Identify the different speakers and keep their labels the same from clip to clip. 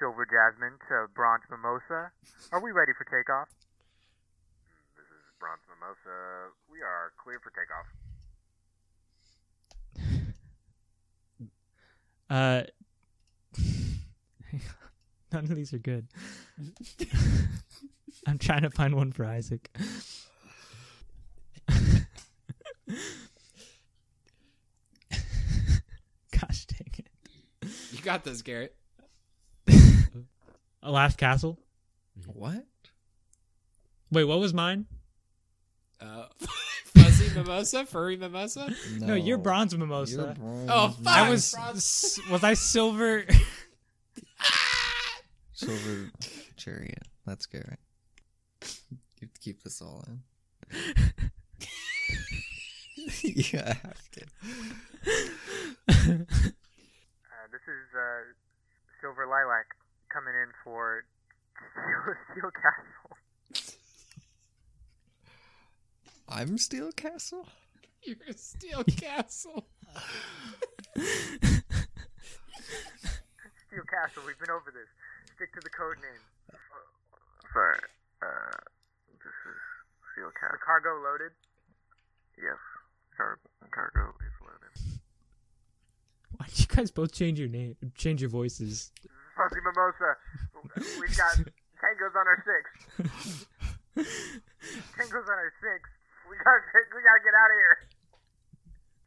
Speaker 1: Jasmine to Bronze Mimosa. Are we ready for takeoff?
Speaker 2: This is Bronze Mimosa. We are clear for takeoff.
Speaker 3: Uh, none of these are good. I'm trying to find one for Isaac. Gosh dang it!
Speaker 4: You got this, Garrett.
Speaker 3: A last castle.
Speaker 5: What?
Speaker 3: Wait, what was mine?
Speaker 4: Uh, fuzzy mimosa, furry mimosa.
Speaker 3: No, you're bronze mimosa.
Speaker 5: You're bronze.
Speaker 4: Oh, fuck.
Speaker 3: I was
Speaker 4: Bronze.
Speaker 3: s- was I silver?
Speaker 5: Silver chariot. That's Garrett. You have to keep this all in. yeah, I have to.
Speaker 1: Uh, this is uh, Silver Lilac coming in for Steel, Steel Castle.
Speaker 5: I'm Steel Castle.
Speaker 4: You're a steel castle.
Speaker 1: Steel Castle. We've been over this. Stick to the code name. Sorry. Uh, this is Steel Castle. The cargo loaded. Yes. Car- cargo is loaded.
Speaker 3: Why did you guys both change your name? Change your voices.
Speaker 1: Fuzzy Mimosa. We've got tangos on our six. tangos on our six. We gotta, we gotta get out of here.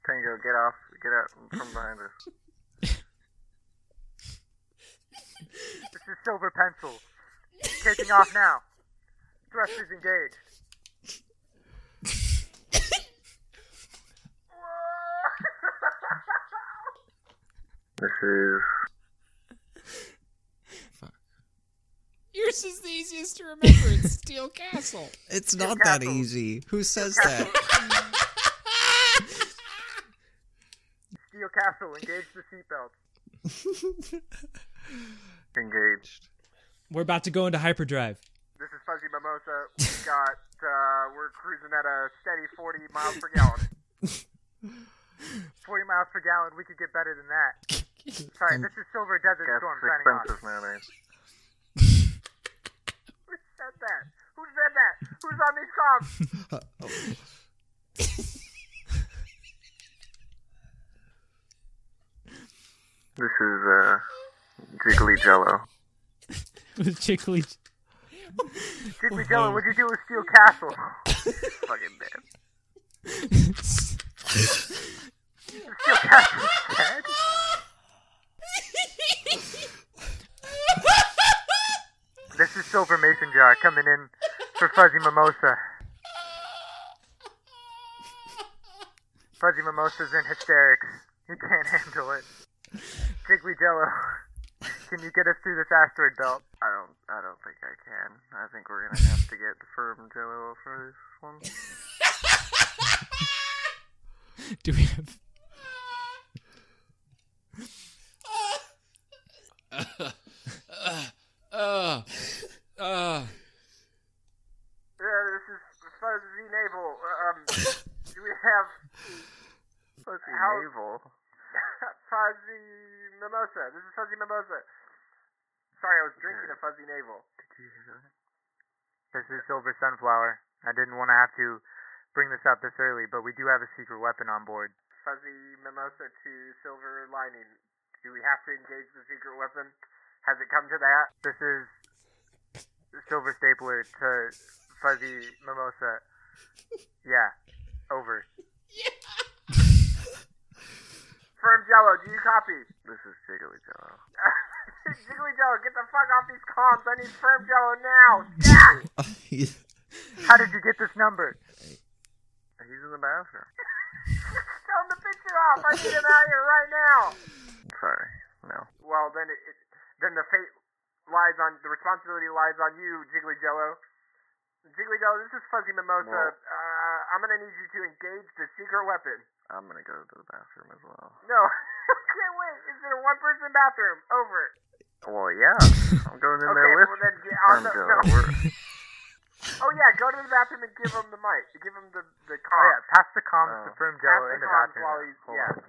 Speaker 1: Tango, get off. Get out from behind us. this is Silver Pencil. Taking off now. Thrusters engaged. this is
Speaker 4: Yours is the easiest to remember. It's steel castle.
Speaker 5: It's not that
Speaker 1: Castle.
Speaker 5: easy. Who says that?
Speaker 1: Steel Castle, engage the seatbelts. Engaged.
Speaker 3: We're about to go into hyperdrive.
Speaker 1: This is Fuzzy Mimosa. We got, uh, we're cruising at a steady 40 miles per gallon. 40 miles per gallon, we could get better than that. Sorry, this is Silver Desert Storm signing off.
Speaker 2: mayonnaise.
Speaker 1: Who said that? Who said that? Who's on these comms?
Speaker 2: This is uh, Jiggly Jello.
Speaker 3: With Chickley.
Speaker 1: Jiggly Jello, what'd you do with Steel Castle? Fucking man. Steel Castle dead? This is Silver Mason Jar coming in for Fuzzy Mimosa. Fuzzy Mimosa's in hysterics. He can't handle it. Jiggly Jello, can you get us through this asteroid belt?
Speaker 2: I don't. I don't think I can. I think we're gonna have to get firm Jello for this one.
Speaker 3: Do we have?
Speaker 4: Uh, uh,
Speaker 1: Yeah, this is Fuzzy Navel. Um, do we have
Speaker 2: Fuzzy
Speaker 1: How-
Speaker 2: navel.
Speaker 1: Fuzzy Mimosa? This is Fuzzy Mimosa. Sorry, I was drinking a Fuzzy Navel. This is Silver Sunflower. I didn't want to have to bring this up this early, but we do have a secret weapon on board. Fuzzy Mimosa to Silver Lining. Do we have to engage the secret weapon? Has it come to that? This is Silver Stapler to Fuzzy Mimosa. Yeah, over. Firm Jello, do you copy?
Speaker 2: This is Jiggly Jello.
Speaker 1: Jiggly Jello, get the fuck off these comms. I need Firm Jello now. Yeah! How did you get this number?
Speaker 2: He's in the bathroom.
Speaker 1: Turn the picture off. I need him out here right now.
Speaker 2: Sorry. No.
Speaker 1: Well, then it, it, then the fate lies on the responsibility lies on you, Jiggly Jello. Jiggly Jello, this is Fuzzy Mimosa.
Speaker 2: Whoa.
Speaker 1: Uh, I'm gonna need you to engage the secret weapon.
Speaker 2: I'm gonna go to the bathroom as well.
Speaker 1: No, okay, wait. Is there a one-person bathroom? Over.
Speaker 2: Well, yeah. I'm going in
Speaker 1: Okay,
Speaker 2: there with
Speaker 1: well then get
Speaker 2: firm
Speaker 1: on the.
Speaker 2: Jello.
Speaker 1: No.
Speaker 2: We're,
Speaker 1: Oh yeah, go to the bathroom and give him the mic. Give him the the. Comms. Oh yeah, pass the comms
Speaker 2: to
Speaker 1: Firm
Speaker 2: Jello in the bathroom.
Speaker 1: While he's,
Speaker 2: Hold
Speaker 1: yeah.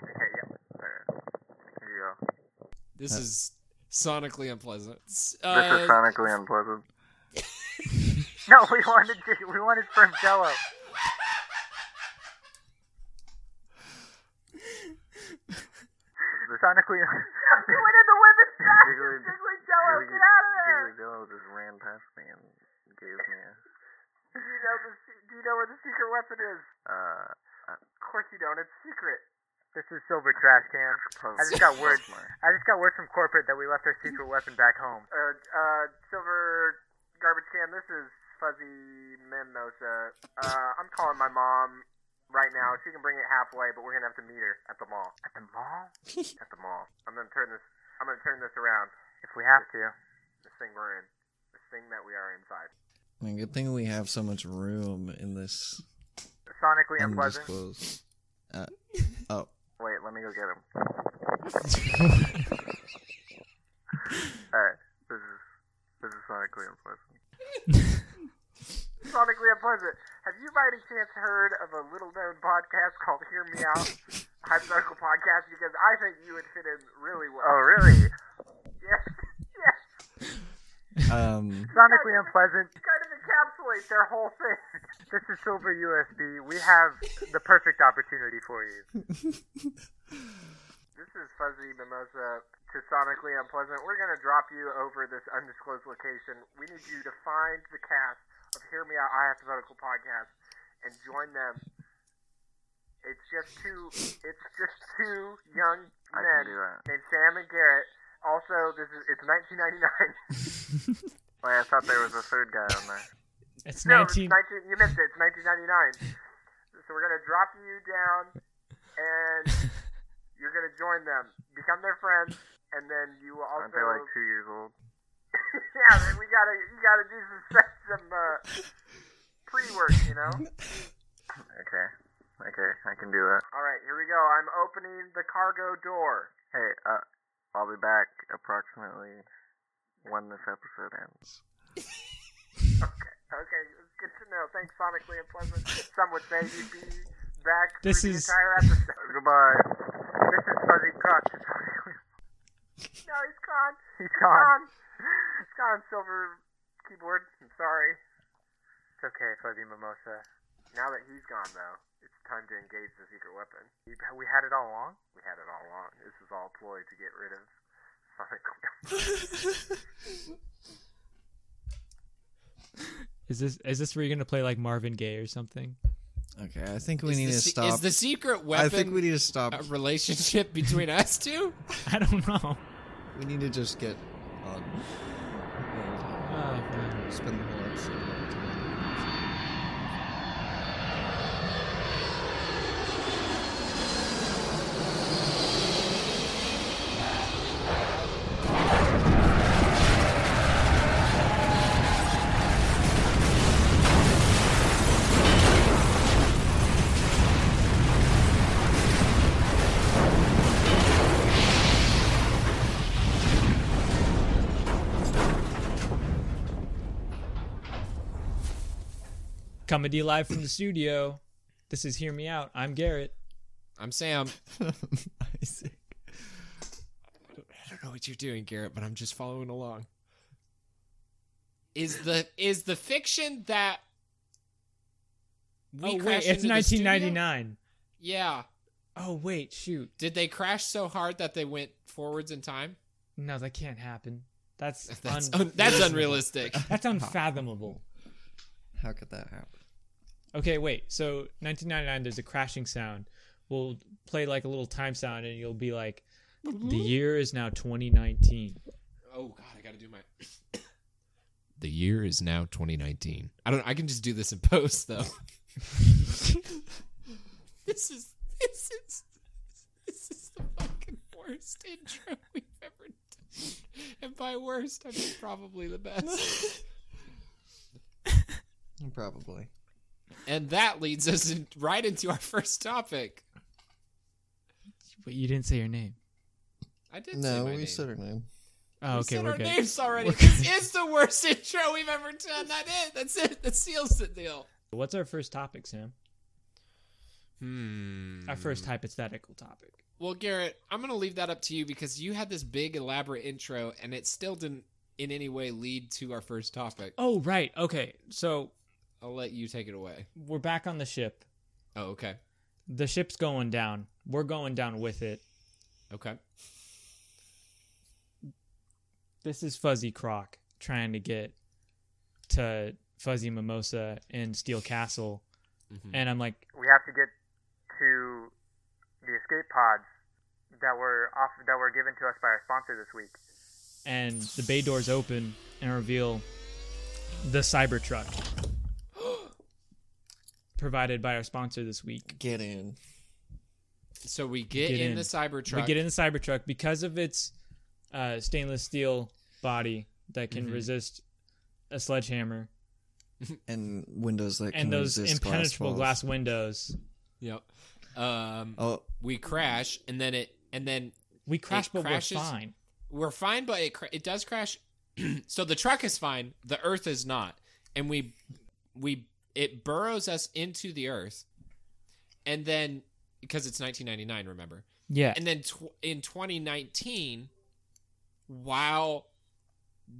Speaker 2: there you go.
Speaker 5: Uh.
Speaker 4: this is sonically unpleasant. S-
Speaker 2: This is
Speaker 4: Uh,
Speaker 2: sonically unpleasant.
Speaker 1: No, we wanted J- we wanted from Jello.
Speaker 2: Sonically.
Speaker 1: You went in the women's
Speaker 2: Jiggly-
Speaker 1: bathroom, Jiggly Jello,
Speaker 2: Jiggly-
Speaker 1: get out of there!
Speaker 2: Jiggly Jello just ran past me and gave me a.
Speaker 1: Do you know the se- Do you know where the secret weapon is?
Speaker 2: Uh,
Speaker 1: Of course you don't. It's secret. This is silver trash can. I just got word. I just got word from corporate that we left our secret weapon back home. Uh, uh, silver garbage can. This is fuzzy mimosa. Uh, I'm calling my mom right now. She can bring it halfway, but we're gonna have to meet her at the mall. At the mall? at the mall. I'm gonna turn this. I'm gonna turn this around. If we have to. This thing we're in. This thing that we are inside.
Speaker 5: Man, good thing we have so much room in this
Speaker 1: Sonically unpleasant.
Speaker 5: undisclosed. Uh, oh,
Speaker 2: Wait, let me go get him. Alright, this is. This is sonically unpleasant.
Speaker 1: Sonically unpleasant. Have you by any chance heard of a little known podcast called Hear Me Out? Hypothetical podcast because I think you would fit in really well.
Speaker 2: Oh, really?
Speaker 1: Yes. Yes.
Speaker 5: um,
Speaker 1: Sonically unpleasant. Kind of encapsulates their whole thing. This is Silver USB. We have the perfect opportunity for you. this is Fuzzy Mimosa to Sonically Unpleasant. We're going to drop you over this undisclosed location. We need you to find the cast of Hear Me Out, I Hypothetical Podcast and join them. It's just two. It's just two young
Speaker 2: I can
Speaker 1: men
Speaker 2: do that.
Speaker 1: named Sam and Garrett. Also, this is it's 1999.
Speaker 2: Wait, I thought there was a third guy on there.
Speaker 3: That's
Speaker 1: No, it's
Speaker 3: 19.
Speaker 1: 19 you missed it. It's 1999. So we're gonna drop you down, and you're gonna join them, become their friends, and then you will also.
Speaker 2: Aren't they like two years old?
Speaker 1: yeah, man, we gotta you gotta do some some uh, pre-work, you know.
Speaker 2: Okay. Okay, I can do that.
Speaker 1: All right, here we go. I'm opening the cargo door.
Speaker 2: Hey, uh, I'll be back approximately when this episode ends.
Speaker 1: Okay, it's good to know. Thanks, sonically unpleasant. Some would say you'd be back
Speaker 3: This
Speaker 1: through
Speaker 3: is-
Speaker 1: the entire episode.
Speaker 2: Goodbye.
Speaker 1: this is Fuzzy Crutch. no, he's gone.
Speaker 2: He's
Speaker 1: gone. It's gone, Silver Keyboard. I'm sorry. It's okay, Fuzzy Mimosa. Now that he's gone, though, it's time to engage the secret weapon. We we had it all along? We had it all along. This is all a ploy to get rid of Sonic.
Speaker 3: Is this is this where you're gonna play like Marvin Gaye or something?
Speaker 5: okay. I think we
Speaker 4: is
Speaker 5: need
Speaker 4: the
Speaker 5: to
Speaker 4: se-
Speaker 5: stop.
Speaker 4: Is the secret weapon
Speaker 5: I think we need to stop.
Speaker 4: a relationship between us two?
Speaker 3: I don't know.
Speaker 5: We need to just get on.
Speaker 3: Oh, man.
Speaker 5: Spend the whole episode.
Speaker 3: Coming to you live from the studio. This is Hear Me Out. I'm Garrett.
Speaker 4: I'm Sam.
Speaker 5: Isaac.
Speaker 4: I don't know what you're doing, Garrett, but I'm just following along. Is the is the fiction that we
Speaker 3: oh wait,
Speaker 4: crashed
Speaker 3: it's
Speaker 4: into the studio?
Speaker 3: 1999.
Speaker 4: Yeah.
Speaker 3: Oh wait, shoot.
Speaker 4: Did they crash so hard that they went forwards in time?
Speaker 3: No, that can't happen. That's
Speaker 4: That's
Speaker 3: un-
Speaker 4: un- that's unrealistic.
Speaker 3: That's unfathomable.
Speaker 5: How could that happen?
Speaker 3: Okay, wait. So 1999, there's a crashing sound. We'll play like a little time sound, and you'll be like, "The year is now 2019."
Speaker 4: Oh god, I gotta do my. the year is now 2019. I don't. I can just do this in post though. this is this is this is the fucking worst intro we've ever done. And by worst, I mean probably the best.
Speaker 5: Probably.
Speaker 4: and that leads us in, right into our first topic.
Speaker 3: But you didn't say your name.
Speaker 4: I did. say
Speaker 5: No,
Speaker 4: my
Speaker 5: we
Speaker 4: name.
Speaker 5: said her name.
Speaker 3: Oh,
Speaker 4: We
Speaker 3: okay,
Speaker 4: said
Speaker 3: we're
Speaker 4: our
Speaker 3: good.
Speaker 4: names already.
Speaker 3: We're
Speaker 4: this
Speaker 3: good.
Speaker 4: is the worst intro we've ever done. That it. That's it. That seals the deal.
Speaker 3: What's our first topic, Sam?
Speaker 4: Hmm.
Speaker 3: Our first hypothetical topic.
Speaker 4: Well, Garrett, I'm going to leave that up to you because you had this big elaborate intro and it still didn't in any way lead to our first topic.
Speaker 3: Oh, right. Okay. So
Speaker 4: I'll let you take it away.
Speaker 3: we're back on the ship.
Speaker 4: Oh, okay.
Speaker 3: The ship's going down. We're going down with it.
Speaker 4: Okay.
Speaker 3: This is Fuzzy Croc trying to get to Fuzzy Mimosa and Steel Castle.
Speaker 4: Mhm.
Speaker 3: And I'm like,
Speaker 1: we have to get to the escape pods that were off that were given to us by our sponsor this week.
Speaker 3: and the bay doors open and reveal the Cybertruck provided by our sponsor this week.
Speaker 5: Get in.
Speaker 4: So we get,
Speaker 3: Get
Speaker 4: in,
Speaker 3: in.
Speaker 4: the Cybertruck.
Speaker 3: We get in the Cybertruck because of its uh, stainless steel body that can
Speaker 4: Mhm.
Speaker 3: resist a sledgehammer
Speaker 5: And windows that can
Speaker 3: and those
Speaker 5: resist glass
Speaker 3: impenetrable
Speaker 5: walls.
Speaker 3: glass, windows.
Speaker 4: Yep. Um,
Speaker 5: Oh,
Speaker 4: we crash and then it and then
Speaker 3: We crash, but
Speaker 4: crashes-
Speaker 3: we're fine.
Speaker 4: we're fine, but it cra- it does crash. so the truck is fine. The Earth is not, and we we it burrows us into the Earth, and then because it's 1999, remember?
Speaker 3: Yeah.
Speaker 4: And then tw- in 2019, while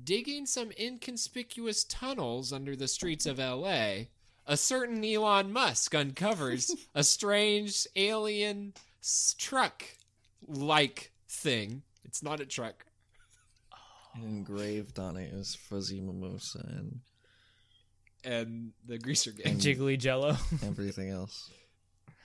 Speaker 4: digging some inconspicuous tunnels under the streets of LA, a certain Elon Musk uncovers a strange alien truck like thing. It's not a truck.
Speaker 5: and engraved on it is fuzzy mimosa and
Speaker 4: and the greaser gang.
Speaker 5: And-
Speaker 3: Jiggly Jello,
Speaker 5: everything else.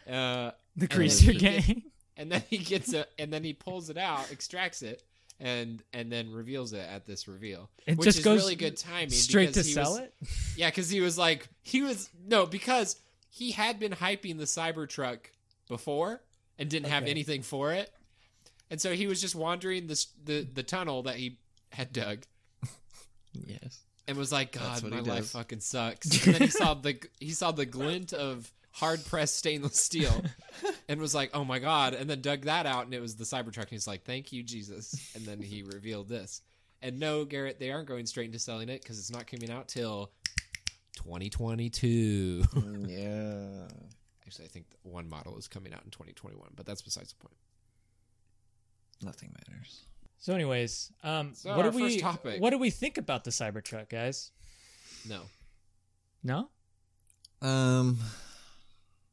Speaker 4: Uh,
Speaker 3: the
Speaker 5: then
Speaker 3: greaser
Speaker 4: he
Speaker 3: gang.
Speaker 4: gets- and then he gets a, and then he pulls it out, extracts it, and and then reveals it at this reveal,
Speaker 3: It
Speaker 4: which
Speaker 3: just
Speaker 4: is
Speaker 3: goes
Speaker 4: really good timing.
Speaker 3: straight to
Speaker 4: because he
Speaker 3: sell
Speaker 4: was,
Speaker 3: it.
Speaker 4: Yeah, because he was like he was no because he had been hyping the Cybertruck before and didn't have
Speaker 3: Okay.
Speaker 4: anything for it, and so he was just wandering this the the tunnel that he had dug,
Speaker 5: Yes.
Speaker 4: and was like,
Speaker 5: That's
Speaker 4: "God,
Speaker 5: what
Speaker 4: my
Speaker 5: he
Speaker 4: life
Speaker 5: does.
Speaker 4: fucking sucks." And then he saw the he saw the glint of hard pressed stainless steel, and was like, "Oh my god!" And then dug that out, and it was the Cybertruck. And he's like, "Thank you, Jesus." And then he revealed this. And no, Garrett, they aren't going straight into selling it because it's not coming out till 2022.
Speaker 5: yeah.
Speaker 4: Actually, I think one model is coming out in 2021, but that's besides the point.
Speaker 5: Nothing matters.
Speaker 3: So, anyways, um,
Speaker 4: So
Speaker 3: what
Speaker 4: our
Speaker 3: do
Speaker 4: first
Speaker 3: we
Speaker 4: topic.
Speaker 3: what do we think about the Cybertruck, guys?
Speaker 4: No,
Speaker 3: No,
Speaker 5: Um,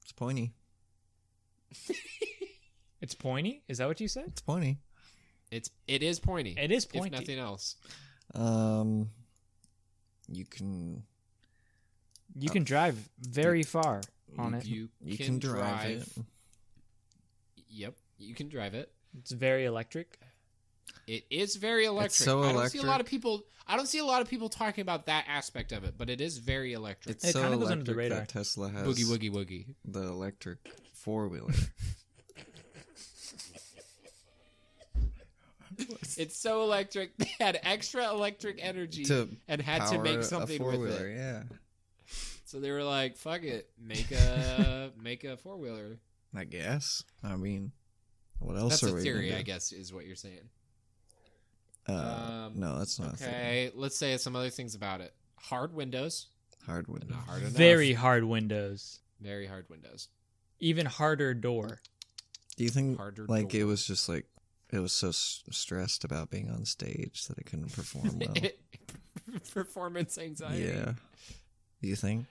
Speaker 5: it's pointy.
Speaker 3: it's pointy. Is that what you said?
Speaker 5: It's pointy.
Speaker 4: it's it is pointy.
Speaker 3: It is
Speaker 4: if
Speaker 3: pointy.
Speaker 4: nothing else,
Speaker 5: Um, you can
Speaker 3: You can drive very far on it.
Speaker 4: you
Speaker 5: you can, drive, it.
Speaker 4: Yep, you can drive it.
Speaker 3: It's very electric.
Speaker 4: It is very electric.
Speaker 5: so
Speaker 4: I don't see a lot
Speaker 5: electric.
Speaker 4: of people. I don't see a lot of people talking about that aspect of it, but it is very electric.
Speaker 5: It's
Speaker 3: It
Speaker 5: so
Speaker 3: kinda
Speaker 5: electric
Speaker 3: goes under the radar.
Speaker 5: that Tesla has
Speaker 4: boogie woogie woogie.
Speaker 5: the electric four wheeler.
Speaker 4: It's so electric. They had extra electric energy
Speaker 5: to
Speaker 4: and had to
Speaker 5: power
Speaker 4: make
Speaker 5: a
Speaker 4: something with
Speaker 5: four-wheeler,
Speaker 4: it.
Speaker 5: Yeah,
Speaker 4: So they were like, "Fuck it, make a make a four wheeler."
Speaker 5: I guess. I mean, what else
Speaker 4: That's
Speaker 5: are
Speaker 4: a
Speaker 5: we?
Speaker 4: theory,
Speaker 5: gonna
Speaker 4: I
Speaker 5: do?
Speaker 4: guess, is what you're saying.
Speaker 5: Uh,
Speaker 4: Um,
Speaker 5: no, that's not a theory.
Speaker 4: Okay, let's say some other things about it. Hard windows,
Speaker 5: Hard window.
Speaker 4: not hard enough.
Speaker 3: Very hard windows.
Speaker 4: very hard windows.
Speaker 3: Even harder door.
Speaker 5: Do you think
Speaker 4: Harder
Speaker 5: like
Speaker 4: door.
Speaker 5: it was just like it was so s- stressed about being on stage that it couldn't perform well?
Speaker 4: Performance anxiety.
Speaker 5: yeah. Do you think?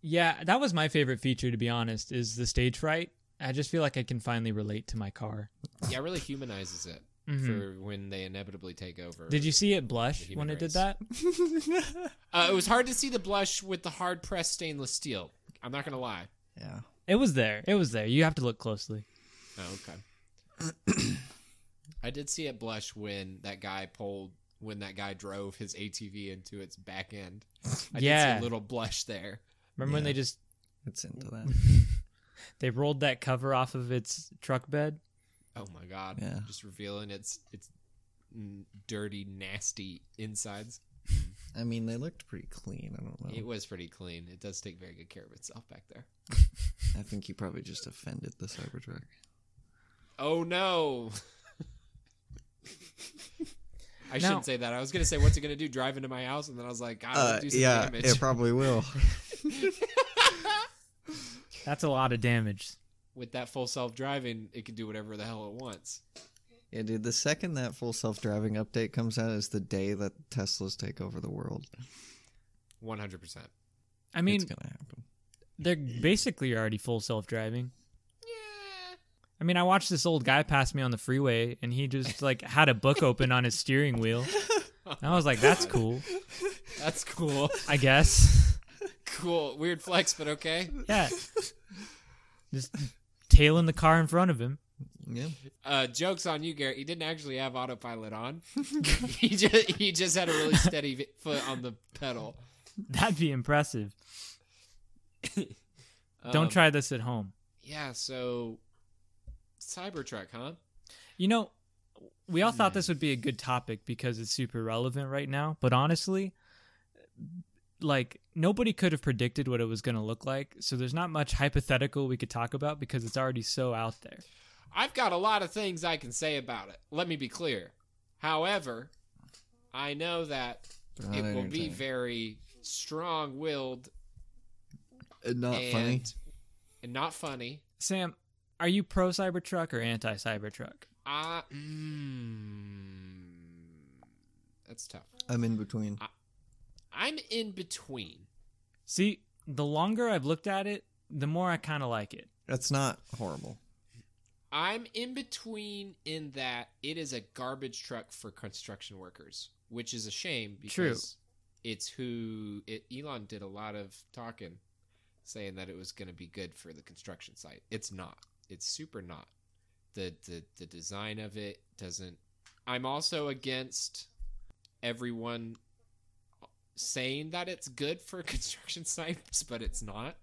Speaker 3: Yeah, that was my favorite feature to be honest, is the stage fright. I just feel like I can finally relate to my car.
Speaker 4: yeah, it really humanizes it
Speaker 3: Mhm.
Speaker 4: for when they inevitably take over.
Speaker 3: Did you see it
Speaker 4: The
Speaker 3: blush
Speaker 4: human
Speaker 3: when it did
Speaker 4: race.
Speaker 3: that?
Speaker 4: Uh, it was hard to see the blush with the hard pressed stainless steel. I'm not gonna lie.
Speaker 5: Yeah.
Speaker 3: It was there. It was there. You have to look closely.
Speaker 4: Oh, okay. I did see it blush when that guy pulled when that guy drove his ATV into its back end. I did see
Speaker 3: Yeah.
Speaker 4: a little blush there.
Speaker 3: Remember when
Speaker 5: Yeah.
Speaker 3: they just
Speaker 5: It's into that.
Speaker 3: they rolled that cover off of its truck bed?
Speaker 4: Oh my god!
Speaker 5: Yeah.
Speaker 4: Just revealing its its mm, dirty, nasty insides.
Speaker 5: I mean, they looked pretty clean. I don't know.
Speaker 4: It was pretty clean. It does take very good care of itself back there.
Speaker 5: I think you probably just offended the Cybertruck.
Speaker 4: Oh no. I shouldn't
Speaker 3: Now-
Speaker 4: say that. I was gonna say, "What's it gonna do? Drive into my house?" And then I was like, "God, it'll
Speaker 5: Uh,
Speaker 4: do some
Speaker 5: yeah,
Speaker 4: damage."
Speaker 5: it probably will.
Speaker 3: That's a lot of damage.
Speaker 4: With that full self driving, it can do whatever the hell it wants.
Speaker 5: Yeah, dude. The second that full self-driving update comes out is the day that Teslas take over the world.
Speaker 4: One hundred percent.
Speaker 3: I mean,
Speaker 5: it's gonna happen.
Speaker 3: they're basically already full self driving.
Speaker 4: Yeah.
Speaker 3: I mean, I watched this old guy pass me on the freeway, and he just like had a book open on his steering wheel. And I was like, "That's cool,
Speaker 4: That's cool.
Speaker 3: I guess."
Speaker 4: cool. Weird flex, but okay.
Speaker 3: yeah, just tailing the car in front of him.
Speaker 5: Yeah.
Speaker 4: Uh, jokes on you, Garrett. He didn't actually have autopilot on. he just he just had a really steady vi- foot on the pedal.
Speaker 3: That'd be impressive.
Speaker 4: Um,
Speaker 3: Don't try this at home.
Speaker 4: Yeah. So, Cybertruck, huh?
Speaker 3: You know, we all thought this would be a good topic because it's super relevant right now, but honestly, like nobody could have predicted what it was going to look like, so there's not much hypothetical we could talk about because it's already so out there.
Speaker 4: I've got a lot of things I can say about it. Let me be clear. However, I know that
Speaker 5: They're not
Speaker 4: it will be
Speaker 5: entertaining.
Speaker 4: very strong-willed
Speaker 5: Uh, not
Speaker 4: and
Speaker 5: funny.
Speaker 4: and not funny.
Speaker 3: Sam, are you pro Cybertruck or anti Cybertruck?
Speaker 4: I mm, that's tough.
Speaker 5: I'm in between.
Speaker 4: I'm in between.
Speaker 3: See, the longer I've looked at it, the more I kind of like it.
Speaker 5: That's not horrible.
Speaker 4: I'm in between in that it is a garbage truck for construction workers, which is a shame because
Speaker 3: True.
Speaker 4: it's who it, Elon did a lot of talking saying that it was going to be good for the construction site. It's not. It's super not. The the the design of it doesn't I'm also against everyone saying that it's good for construction sites, but it's not.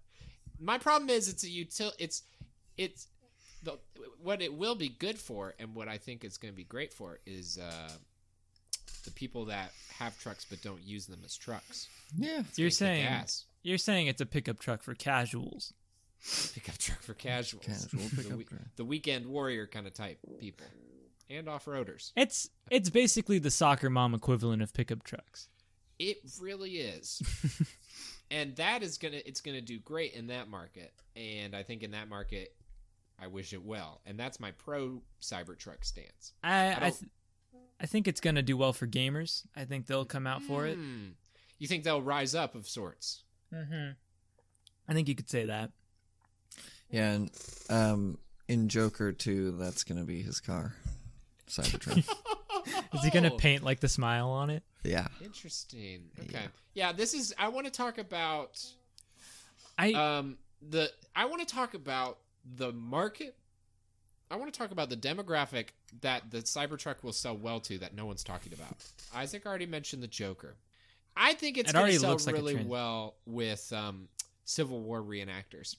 Speaker 4: My problem is it's a util it's it's the, what it will be good for and what I think it's going to be great for is uh, the people that have trucks but don't use them as trucks.
Speaker 5: Yeah.
Speaker 4: It's
Speaker 3: You're
Speaker 4: gonna kick
Speaker 3: saying-
Speaker 4: ass.
Speaker 3: You're saying it's a pickup truck for casuals.
Speaker 4: pickup truck for casuals.
Speaker 5: Casual
Speaker 4: the,
Speaker 5: pickup
Speaker 4: we-
Speaker 5: truck.
Speaker 4: the weekend warrior kind of type people and off-roaders.
Speaker 3: It's it's basically the soccer mom equivalent of pickup trucks.
Speaker 4: It really is. and that is going to it's going to do great in that market. And I think in that market I wish it well. And that's my pro Cybertruck stance.
Speaker 3: I
Speaker 4: I
Speaker 3: I, th- I think it's gonna do well for gamers. I think they'll come out for it.
Speaker 4: Hmm. You think they'll rise up of sorts?
Speaker 3: Mm-hmm. I think you could say that.
Speaker 5: Yeah, and um, in Joker 2, that's gonna be his car. Cybertruck.
Speaker 3: Is he gonna
Speaker 4: Oh,
Speaker 3: paint like the smile on it?
Speaker 5: yeah.
Speaker 4: Interesting. Okay.
Speaker 5: Yeah.
Speaker 4: yeah, this is I want to talk about
Speaker 3: I
Speaker 4: um the I want to talk about the market. I want to talk about the demographic that the Cybertruck will sell well to that no one's talking about. Isaac already mentioned the Joker. I think it's
Speaker 3: It
Speaker 4: going
Speaker 3: already
Speaker 4: to sell
Speaker 3: looks like a
Speaker 4: really
Speaker 3: trend.
Speaker 4: well with um, Civil War reenactors.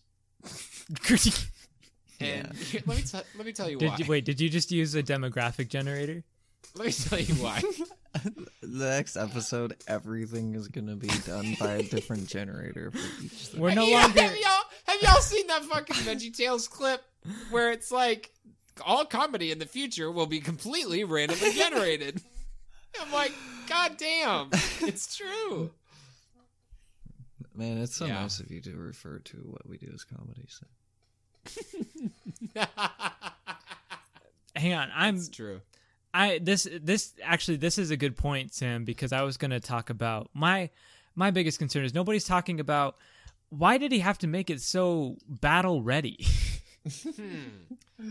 Speaker 4: And let me tell let me tell you why.
Speaker 3: did you, wait. Did you just use a demographic generator?
Speaker 4: Let me tell you why.
Speaker 5: The next episode, everything is gonna be done by a different generator for each thing.
Speaker 3: We're no
Speaker 4: Yeah,
Speaker 3: longer.
Speaker 4: Have y'all, have y'all seen that fucking VeggieTales clip where it's like all comedy in the future will be completely randomly generated? I'm like, God damn, it's true.
Speaker 5: Man, it's so
Speaker 4: Yeah.
Speaker 5: nice of you to refer to what we do as comedy. So.
Speaker 3: Hang on. I'm
Speaker 4: it's true.
Speaker 3: I this this actually this is a good point, Sam, because I was going to talk about my my biggest concern is nobody's talking about why did he have to make it so battle ready?
Speaker 4: Hmm.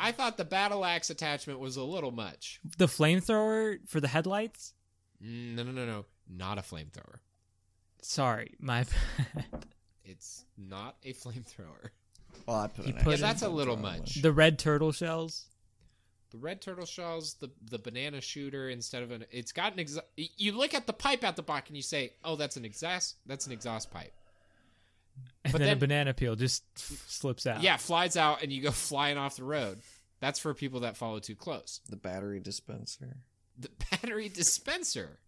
Speaker 4: I thought the battle axe attachment was a little much.
Speaker 3: the flamethrower for the headlights?
Speaker 4: Mm, No, no, no, no, not a flamethrower.
Speaker 3: Sorry, my bad.
Speaker 4: It's not a flamethrower.
Speaker 5: Well, I put
Speaker 3: He put
Speaker 5: an extra
Speaker 3: in- Yeah,
Speaker 4: that's a little
Speaker 5: filter on
Speaker 4: much.
Speaker 3: the red turtle shells.
Speaker 4: The red turtle shells, the the banana shooter instead of an it's got an exhaust. You look at the pipe out the back and you say, "Oh, that's an exhaust. That's an exhaust pipe."
Speaker 3: And
Speaker 4: But
Speaker 3: then, a
Speaker 4: then-
Speaker 3: banana peel just slips out.
Speaker 4: Yeah, flies out and you go flying off the road. That's for people that follow too close.
Speaker 5: The battery dispenser.
Speaker 4: The battery dispenser.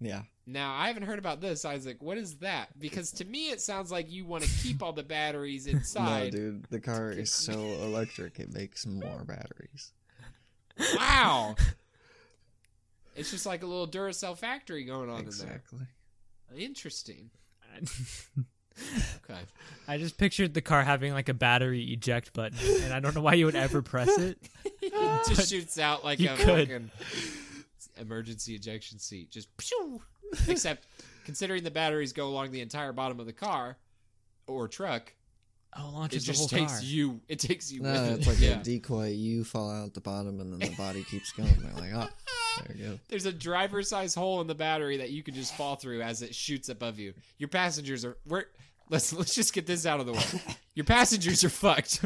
Speaker 5: Yeah.
Speaker 4: Now, I haven't heard about this, Isaac. What is that? Because to me, it sounds like you want to keep all the batteries
Speaker 5: No,
Speaker 4: inside.
Speaker 5: dude, the car is so electric, it makes more batteries.
Speaker 4: Wow. it's just like a little Duracell factory going on in
Speaker 5: Exactly.
Speaker 4: there. Interesting. Okay.
Speaker 6: I just pictured the car having like a battery eject button, and I don't know why you would ever press it.
Speaker 4: It just shoots out like
Speaker 6: You
Speaker 4: a
Speaker 6: could.
Speaker 4: fucking emergency ejection seat. Just pshoo. Except considering the batteries go along the entire bottom of the car or truck,
Speaker 6: Oh,
Speaker 4: it
Speaker 6: launches the whole
Speaker 4: just takes
Speaker 6: car.
Speaker 4: you. It takes you. with
Speaker 5: No,
Speaker 4: it.
Speaker 5: it's like
Speaker 4: yeah.
Speaker 5: a decoy. You fall out the bottom, and then the body keeps going. They're like, oh, there you go.
Speaker 4: There's a driver size hole in the battery that you can just fall through as it shoots above you. Your passengers are we're let's let's just get this out of the way. Your passengers are fucked.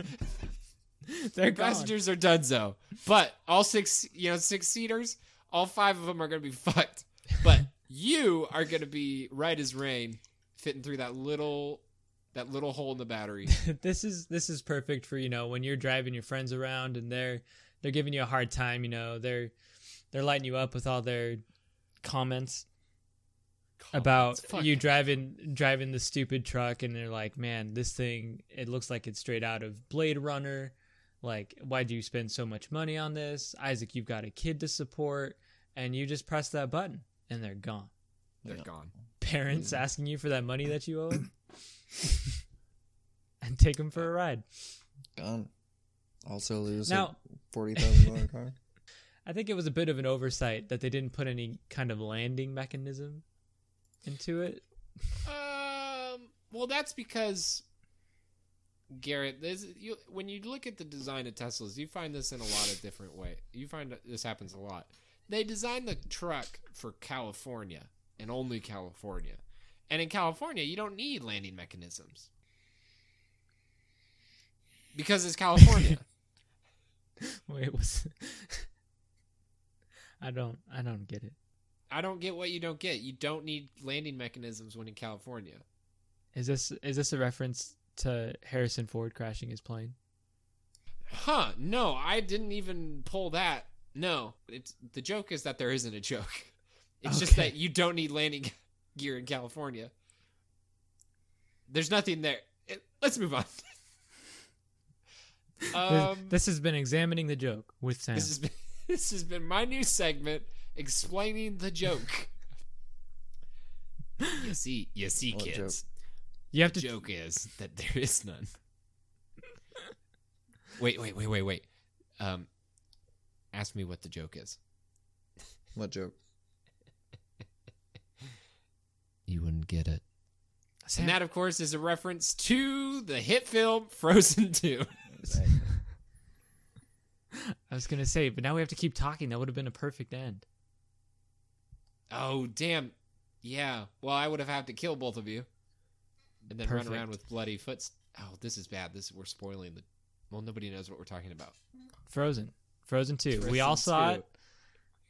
Speaker 6: They're
Speaker 4: Your passengers are donezo. But all six you know, six seaters, all five of them are gonna be fucked. But you are gonna be right as rain, fitting through that little that little hole in the battery.
Speaker 6: this is
Speaker 3: this is perfect for you know when you're driving your friends around and they're they're giving you a hard time you know they're they're lighting you up with all their comments
Speaker 4: Oh,
Speaker 3: about
Speaker 4: Fuck.
Speaker 3: you driving driving the stupid truck and they're like man this thing it looks like it's straight out of blade runner like why do you spend so much money on this isaac you've got a kid to support and you just press that button and they're gone
Speaker 4: They're gone.
Speaker 3: parents asking you for that money that you owe them and take them for a ride
Speaker 5: Gone. Also lose
Speaker 3: Now-
Speaker 5: a forty thousand dollar car.
Speaker 3: I think it was a bit of an oversight that they didn't put any kind of landing mechanism into it.
Speaker 4: Um. Well, that's because Garrett, this you when you look at the design of Teslas, you find this in a lot of different way. You find that this happens a lot. They designed the truck for California and only California, and in California, you don't need landing mechanisms because it's California.
Speaker 3: Wait, it was I don't I don't get it.
Speaker 4: I don't get what you don't get. You don't need landing mechanisms when in California.
Speaker 3: Is this is this a reference to Harrison Ford crashing his plane?
Speaker 4: Huh? No, I didn't even pull that. No, it's the joke is that there isn't a joke. It's just
Speaker 3: Okay.
Speaker 4: that you don't need landing gear in California. There's nothing there. It- let's move on.
Speaker 3: This-
Speaker 4: um, this,
Speaker 3: this has been examining the joke with Sam.
Speaker 4: has been this has been my new segment explaining the joke. you see, you see,
Speaker 5: What joke?
Speaker 4: kids.
Speaker 3: you have to
Speaker 4: The joke is that there is none. wait, wait, wait, wait, wait. Um, ask me what the joke is.
Speaker 5: What joke?
Speaker 4: You wouldn't get it.
Speaker 3: Sam,
Speaker 4: And that, of course, is a reference to the hit film Frozen 2.
Speaker 3: I was gonna say, but now we have to keep talking. That would have been a perfect end.
Speaker 4: Oh, damn. Yeah. Well, I would have had to kill both of you and then run around
Speaker 3: Perfect.
Speaker 4: with bloody foot. Oh, this is bad. This we're spoiling the. Well, nobody knows what we're talking about.
Speaker 3: Frozen. Frozen two. we
Speaker 4: Frozen
Speaker 3: all saw
Speaker 4: 2.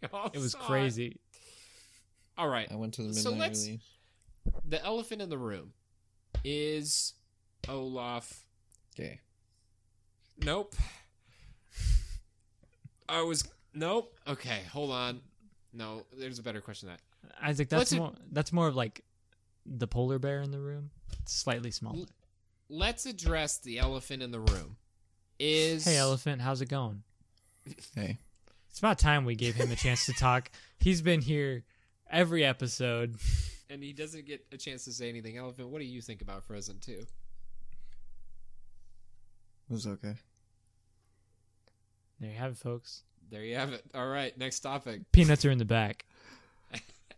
Speaker 3: it. It was crazy.
Speaker 4: All right.
Speaker 5: I went to the midnight
Speaker 4: So let's-
Speaker 5: release.
Speaker 4: the elephant in the room is Olaf.
Speaker 5: Okay.
Speaker 4: Nope. I was nope. Okay, hold on. No, there's a better question than that.
Speaker 3: Isaac,
Speaker 4: Let's
Speaker 3: that's
Speaker 4: ad-
Speaker 3: more that's more of like the polar bear in the room. Slightly smaller.
Speaker 4: Let's address the elephant in the room. Is
Speaker 3: Hey elephant, how's it going?
Speaker 5: Hey.
Speaker 3: It's about time we gave him a chance to talk. He's been here every episode.
Speaker 4: and he doesn't get a chance to say anything. Elephant, what do you think about Frozen Two?
Speaker 5: It was okay.
Speaker 3: There you have it, folks.
Speaker 4: There you have it. All right, next topic.
Speaker 3: Peanuts are in the back.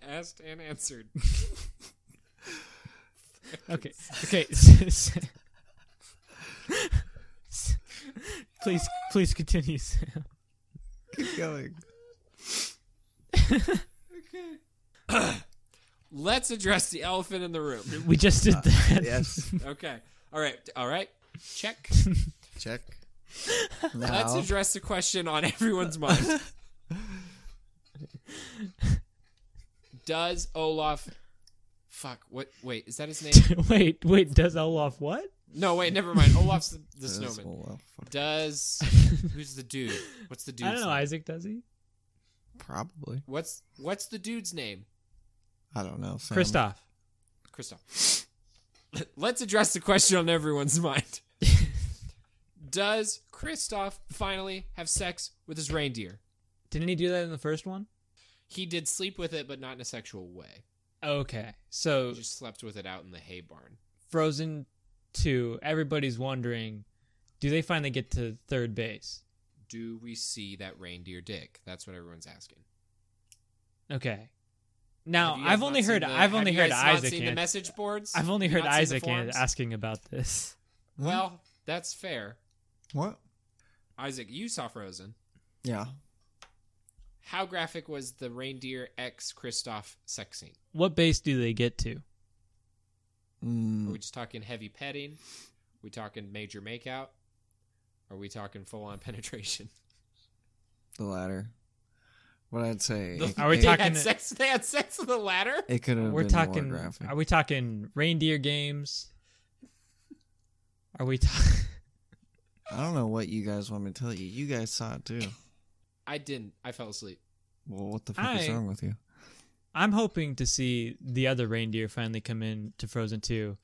Speaker 4: Asked and answered.
Speaker 3: Okay. Okay. please, please continue, Sam.
Speaker 5: Keep going.
Speaker 4: Let's address the elephant in the room.
Speaker 3: We just
Speaker 4: Uh,
Speaker 3: did that.
Speaker 5: Yes.
Speaker 4: Okay. All right. All right. Check.
Speaker 5: Check. Now.
Speaker 4: Let's address the question on everyone's mind. Does Olaf fuck what wait, is that his name?
Speaker 3: wait, wait. Does Olaf what?
Speaker 4: No, wait, never mind. Olaf's the, the
Speaker 5: That's
Speaker 4: snowman.
Speaker 5: all well, fuck.
Speaker 4: Does who's the dude? What's the dude's
Speaker 3: I don't know.
Speaker 4: name?
Speaker 3: Isaac does he?
Speaker 5: Probably.
Speaker 4: What's what's the dude's name?
Speaker 5: I don't know. Sam.
Speaker 3: Kristoff.
Speaker 4: Christoph. Let's address the question on everyone's mind. Does Kristoff finally have sex with his reindeer?
Speaker 3: Didn't he do that in the first one?
Speaker 4: He did sleep with it, but not in a sexual way.
Speaker 3: Okay. So
Speaker 4: He just slept with it out in the hay barn.
Speaker 3: Frozen 2, everybody's wondering, do they finally get to third base?
Speaker 4: Do we see that reindeer dick? That's what everyone's asking.
Speaker 3: Okay. Now
Speaker 4: Have you guys
Speaker 3: I've
Speaker 4: not
Speaker 3: only
Speaker 4: seen
Speaker 3: heard
Speaker 4: the-
Speaker 3: I've
Speaker 4: have
Speaker 3: only
Speaker 4: you
Speaker 3: heard
Speaker 4: guys not
Speaker 3: Isaac
Speaker 4: seen the
Speaker 3: and
Speaker 4: message boards.
Speaker 3: I've only
Speaker 4: Have you
Speaker 3: heard
Speaker 4: not seen the
Speaker 3: Isaac and hmm?
Speaker 4: forums?
Speaker 3: asking about this.
Speaker 4: Well, that's fair.
Speaker 5: What?
Speaker 4: Isaac, you saw Frozen.
Speaker 5: Yeah.
Speaker 4: How graphic was the reindeer X Kristoff sex scene?
Speaker 3: What base do they get to?
Speaker 5: Mm,
Speaker 4: Are we just talking heavy petting? we talking major makeout? Are we talking full on penetration?
Speaker 5: the latter. What I'd say.
Speaker 4: The-
Speaker 5: it-
Speaker 3: Are we
Speaker 5: it-
Speaker 4: They
Speaker 3: talking-
Speaker 4: had sex. They had sex with the ladder.
Speaker 5: It could have
Speaker 3: We're
Speaker 5: been
Speaker 3: talking
Speaker 5: more graphic.
Speaker 3: Are we talking reindeer games? Are we talking
Speaker 5: I don't know what you guys want me to tell you. You guys saw it too.
Speaker 4: I didn't. I fell asleep.
Speaker 5: Well, what the fuck is
Speaker 3: I-
Speaker 5: wrong with you?
Speaker 3: I'm hoping to see the other reindeer finally come in to Frozen 2.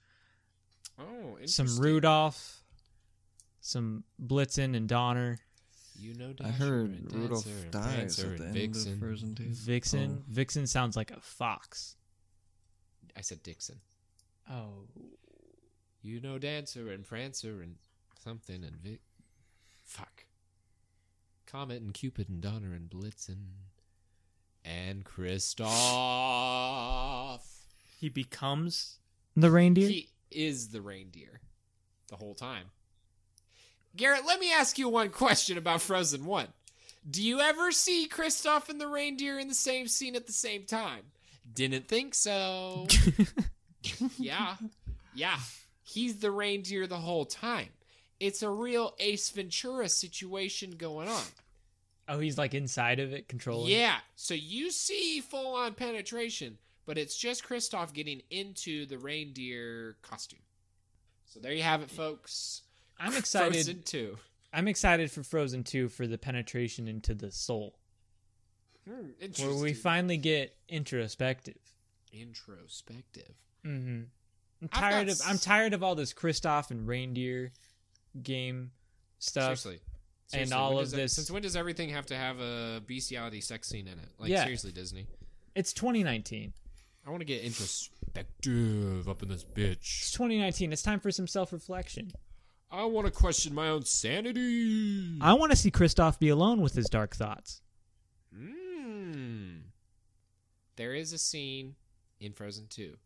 Speaker 4: Oh,
Speaker 3: Some
Speaker 4: interesting.
Speaker 3: Rudolph, some Blitzen and Donner,
Speaker 4: You know,
Speaker 5: I
Speaker 4: Dasher and
Speaker 5: heard
Speaker 4: Dancer
Speaker 5: Rudolph
Speaker 4: and
Speaker 5: dies
Speaker 4: Prancer
Speaker 5: at the
Speaker 4: and
Speaker 5: end
Speaker 4: Vixen.
Speaker 5: of Frozen 2. Oh.
Speaker 3: Vixen. Vixen sounds like a fox.
Speaker 4: I said Dixon.
Speaker 3: Oh.
Speaker 4: You know, Dancer and Prancer and something and Vic. Fuck. Comet and Cupid and Donner and Blitzen and Kristoff.
Speaker 3: He becomes the reindeer?
Speaker 4: He is the reindeer the whole time. Garrett, let me ask you one question about Frozen 1. Do you ever see Kristoff and the reindeer in the same scene at the same time? Didn't think so. yeah. Yeah. He's the reindeer the whole time. It's a real Ace Ventura situation going on.
Speaker 3: oh, he's like inside of it controlling.
Speaker 4: Yeah. So you see full on penetration, but it's just Kristoff getting into the reindeer costume. So there you have it, folks.
Speaker 3: I'm excited.
Speaker 4: Frozen 2.
Speaker 3: I'm excited for Frozen 2 for the penetration into the soul.
Speaker 4: Hmm,
Speaker 3: Where
Speaker 4: interesting.
Speaker 3: we finally get introspective.
Speaker 4: introspective.
Speaker 3: Mm-hmm. I'm
Speaker 4: got
Speaker 3: tired
Speaker 4: s-
Speaker 3: of I'm tired of all this Kristoff and reindeer game stuff.
Speaker 4: Seriously.
Speaker 3: and
Speaker 4: Seriously,
Speaker 3: all
Speaker 4: when
Speaker 3: of
Speaker 4: does
Speaker 3: this-
Speaker 4: since when does everything have to have a bestiality sex scene in it? Like
Speaker 3: Yeah.
Speaker 4: seriously, Disney.
Speaker 3: It's 2019.
Speaker 4: I want to get introspective up in this
Speaker 3: It's
Speaker 4: bitch.
Speaker 3: 2019. It's time for some self-reflection.
Speaker 4: I want to question my own sanity.
Speaker 3: I want to see Kristoff be alone with his dark thoughts.
Speaker 4: Mm. There is a scene in Frozen 2.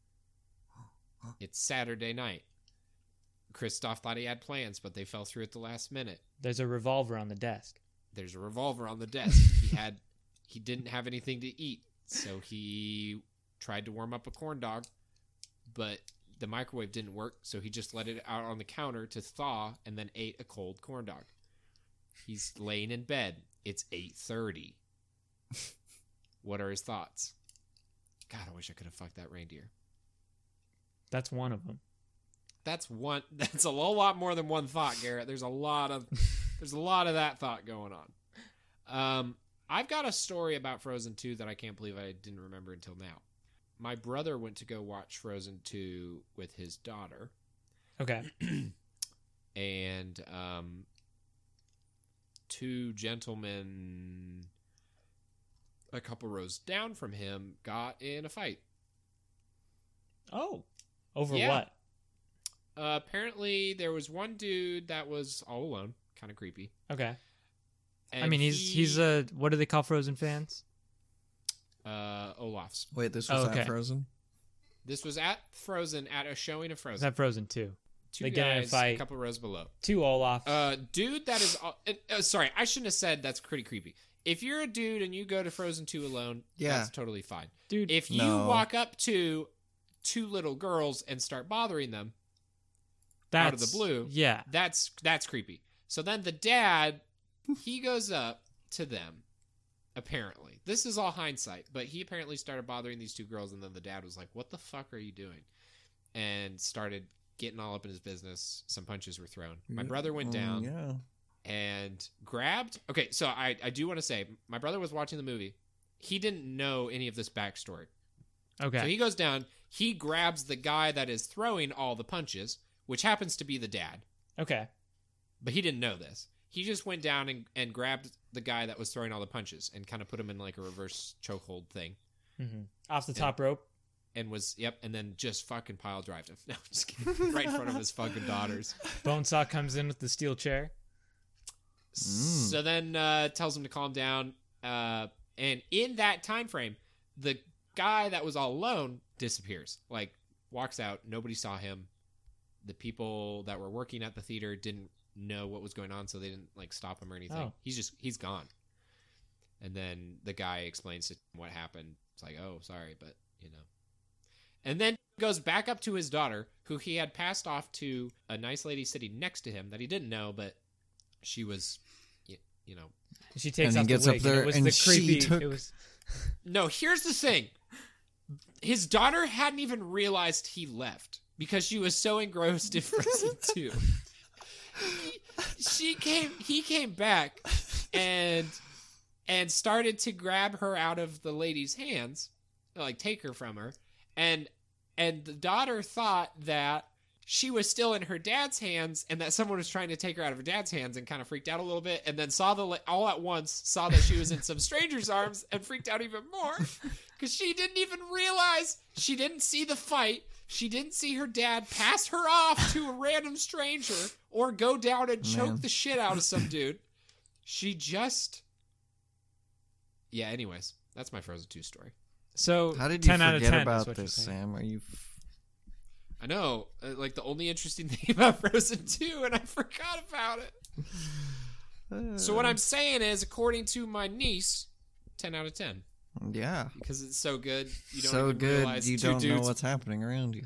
Speaker 4: It's Saturday night. Kristoff thought he had plans, but they fell through at the last minute.
Speaker 3: There's a revolver on the desk.
Speaker 4: There's a revolver on the desk. He had he didn't have anything to eat, so he tried to warm up a corn dog, but the microwave didn't work, so he just let it out on the counter to thaw and then ate a cold corn dog. He's laying in bed. It's 8:30. What are his thoughts? God, I wish I could have fucked that reindeer.
Speaker 3: That's one of them.
Speaker 4: That's one that's a whole lot more than one thought, Garrett. There's a lot of there's a lot of that thought going on. Um I've got a story about Frozen 2 that I can't believe I didn't remember until now. My brother went to go watch Frozen 2 with his daughter
Speaker 3: Okay.
Speaker 4: and um, two gentlemen a couple rows down from him got in a fight.
Speaker 3: Oh. Over
Speaker 4: Yeah.
Speaker 3: what?
Speaker 4: Uh, apparently, there was one dude that was all alone, kind of creepy.
Speaker 3: Okay. I
Speaker 4: and
Speaker 3: mean, he's
Speaker 4: he-
Speaker 3: he's a what do they call Frozen fans?
Speaker 4: uh, Olaf's.
Speaker 5: Wait, this
Speaker 3: Oh,
Speaker 5: was
Speaker 3: okay.
Speaker 5: at Frozen?
Speaker 4: This was at Frozen at a showing of Frozen. Uh,
Speaker 3: Is that Frozen too?
Speaker 4: Two
Speaker 3: they
Speaker 4: guys,
Speaker 3: get in a fight?
Speaker 4: couple rows below.
Speaker 3: Two Olaf.
Speaker 4: Uh, dude, that is. All, uh, uh, sorry, I shouldn't have said that's pretty creepy. If you're a dude and you go to Frozen Two alone,
Speaker 5: Yeah.
Speaker 4: that's totally fine.
Speaker 3: Dude,
Speaker 4: If you
Speaker 5: No.
Speaker 4: walk up to two little girls and start bothering them,
Speaker 3: that's
Speaker 4: out of the blue.
Speaker 3: Yeah.
Speaker 4: that's that's creepy. So then the dad, he goes up to them. Apparently, this is all hindsight, but he apparently started bothering these two girls, and then the dad was like, "What the fuck are you doing?" and started getting all up in his business. Some punches were thrown. My brother went
Speaker 5: Mm,
Speaker 4: down
Speaker 5: Yeah.
Speaker 4: and grabbed. Okay, so I I do want to say my brother was watching the movie. He didn't know any of this backstory.
Speaker 3: Okay.
Speaker 4: So he goes down. He grabs the guy that is throwing all the punches, which happens to be the dad,
Speaker 3: okay.
Speaker 4: but he didn't know this. He just went down and, and grabbed the guy that was throwing all Mm-hmm. the punches and kind of put him in like a reverse chokehold thing.
Speaker 3: hmm Off the
Speaker 4: Yeah.
Speaker 3: top rope.
Speaker 4: and was yep, and then just fucking pile drived him. No, I'm just kidding. right in front of his fucking daughters.
Speaker 3: Bonesaw comes in with the steel chair.
Speaker 4: So then uh, tells him to calm down. Uh, and in that time frame, the guy that was all alone disappears. Like walks out. Nobody saw him. The people that were working at the theater didn't know what was going on, so they didn't like stop him or anything.
Speaker 3: Oh.
Speaker 4: He's just he's gone. And then the guy explains to him what happened. It's like, oh, sorry, but you know. And then goes back up to his daughter, who he had passed off to a nice lady sitting next to him that he didn't know, but she was, you, you know.
Speaker 3: She takes
Speaker 5: And he
Speaker 3: off
Speaker 5: gets
Speaker 3: the
Speaker 5: up
Speaker 3: wig. and
Speaker 5: there
Speaker 3: it was
Speaker 5: and
Speaker 3: the
Speaker 5: she
Speaker 3: creepy.
Speaker 5: took-
Speaker 3: It was
Speaker 4: No, here's the thing. His daughter hadn't even realized he left because she was so engrossed in Frozen 2. He- she came he came back and and started to grab her out of the lady's hands, like take her from her. And and the daughter thought that she was still in her dad's hands and that someone was trying to take her out of her dad's hands and kind of freaked out a little bit and then saw the la- all at once saw that she was in some stranger's arms and freaked out even more because she didn't even realize she didn't see the fight she didn't see her dad pass her off to a random stranger or go down and choke
Speaker 5: Man.
Speaker 4: the shit out of some dude she just yeah anyways that's my frozen 2 story
Speaker 3: so.
Speaker 5: How did you
Speaker 3: 10 out of
Speaker 5: forget
Speaker 3: 10 is
Speaker 5: about
Speaker 3: what you're
Speaker 5: this,
Speaker 3: saying.
Speaker 5: Sam? Are you? f-
Speaker 4: I know. uh, Like the only interesting thing about Frozen 2, and I forgot about it. So
Speaker 5: Uh.
Speaker 4: what I'm saying is, according to my niece, 10 out of 10
Speaker 5: uh, Yeah.
Speaker 4: because it's so good. You don't
Speaker 5: So
Speaker 4: even
Speaker 5: good.
Speaker 4: realize
Speaker 5: You
Speaker 4: 2
Speaker 5: don't
Speaker 4: dudes.
Speaker 5: know what's happening around you.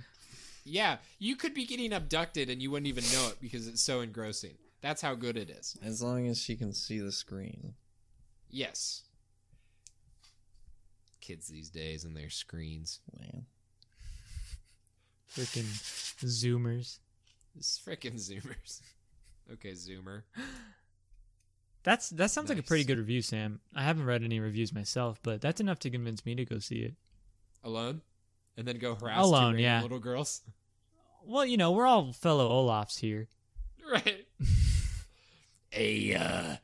Speaker 4: Yeah, you could be getting abducted and you wouldn't even know it because it's so engrossing. That's how good it is.
Speaker 5: As long as she can see the screen.
Speaker 4: Yes. Kids these days and their screens.
Speaker 5: Man.
Speaker 3: Freaking zoomers.
Speaker 4: It's freaking Zoomers. Okay, Zoomer.
Speaker 3: That's that sounds like a pretty
Speaker 4: Nice.
Speaker 3: good review, Sam. I haven't read any reviews myself, but that's enough to convince me to go see it.
Speaker 4: Alone, and then go harass two
Speaker 3: Alone,
Speaker 4: random
Speaker 3: yeah.
Speaker 4: little girls.
Speaker 3: Well, you know, we're all fellow Olafs here.
Speaker 4: Right.
Speaker 7: Hey, uh,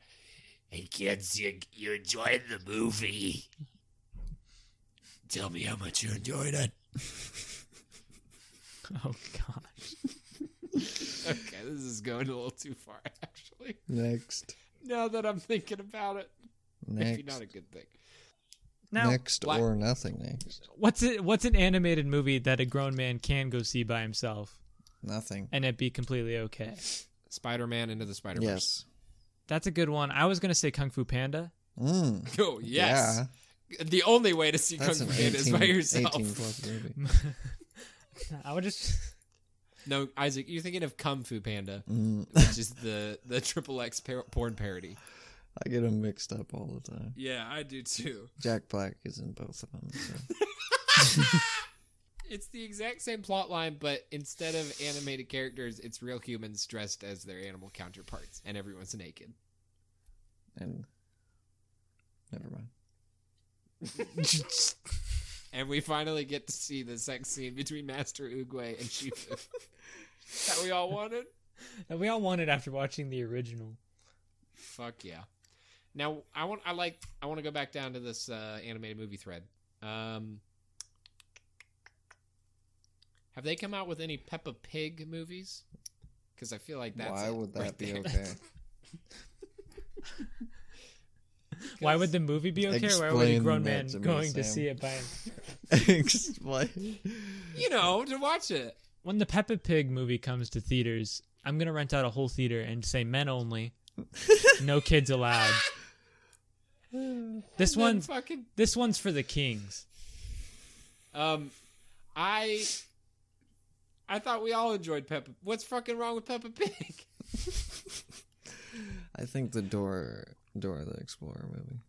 Speaker 7: hey kids, you, you enjoyed the movie? Tell me how much you enjoyed it.
Speaker 3: Oh God.
Speaker 4: Okay, this is going a little too far, actually.
Speaker 5: Next.
Speaker 4: Now that I'm thinking about it, maybe
Speaker 5: Next.
Speaker 4: not a good thing.
Speaker 3: Now,
Speaker 5: next
Speaker 4: Black-
Speaker 5: or nothing next.
Speaker 3: what's it? What's an animated movie that a grown man can go see by himself
Speaker 5: Nothing.
Speaker 3: and it be completely okay?
Speaker 4: Spider Man into the Spider Verse.
Speaker 5: Yes.
Speaker 3: That's a good one. I was gonna say Kung Fu Panda.
Speaker 5: Mm.
Speaker 4: Oh, yes. The only way to see
Speaker 5: Yeah. That's
Speaker 4: Kung
Speaker 5: an
Speaker 4: Fu Panda
Speaker 5: 18,
Speaker 4: is by yourself.
Speaker 5: 18 plus movie.
Speaker 3: I would just.
Speaker 4: No, Isaac, you're thinking of Kung Fu Panda,
Speaker 5: Mm.
Speaker 4: which is the the triple X par- porn parody.
Speaker 5: I get them mixed up all the time.
Speaker 4: Yeah, I do too.
Speaker 5: Jack Black is in both of them. So.
Speaker 4: It's the exact same plot line, but instead of animated characters, it's real humans dressed as their animal counterparts, and everyone's naked.
Speaker 5: And never mind.
Speaker 4: And we finally get to see the sex scene between Master Oogway and Shifu that we all wanted.
Speaker 3: that we all wanted after watching the original.
Speaker 4: Fuck yeah! Now I want I like I want to go back down to this uh, animated movie thread. Um, have they come out with any Peppa Pig movies? Because I feel like that's
Speaker 5: Why
Speaker 4: it
Speaker 5: would that
Speaker 4: right
Speaker 5: be
Speaker 4: there.
Speaker 5: okay?
Speaker 3: Why would the movie be okay? Why would a
Speaker 5: Explain
Speaker 3: grown
Speaker 5: that
Speaker 3: man
Speaker 5: to me,
Speaker 3: going to
Speaker 5: Sam.
Speaker 3: see it by himself?
Speaker 5: Explain.
Speaker 4: You know, to watch it.
Speaker 3: When the Peppa Pig movie comes to theaters, I'm gonna rent out a whole theater and say men only, no kids allowed. This
Speaker 4: And then
Speaker 3: one's
Speaker 4: fucking
Speaker 3: this one's for the kings.
Speaker 4: Um, I I thought we all enjoyed Peppa. What's fucking wrong with Peppa Pig?
Speaker 5: I think the Dora, Dora the Explorer movie.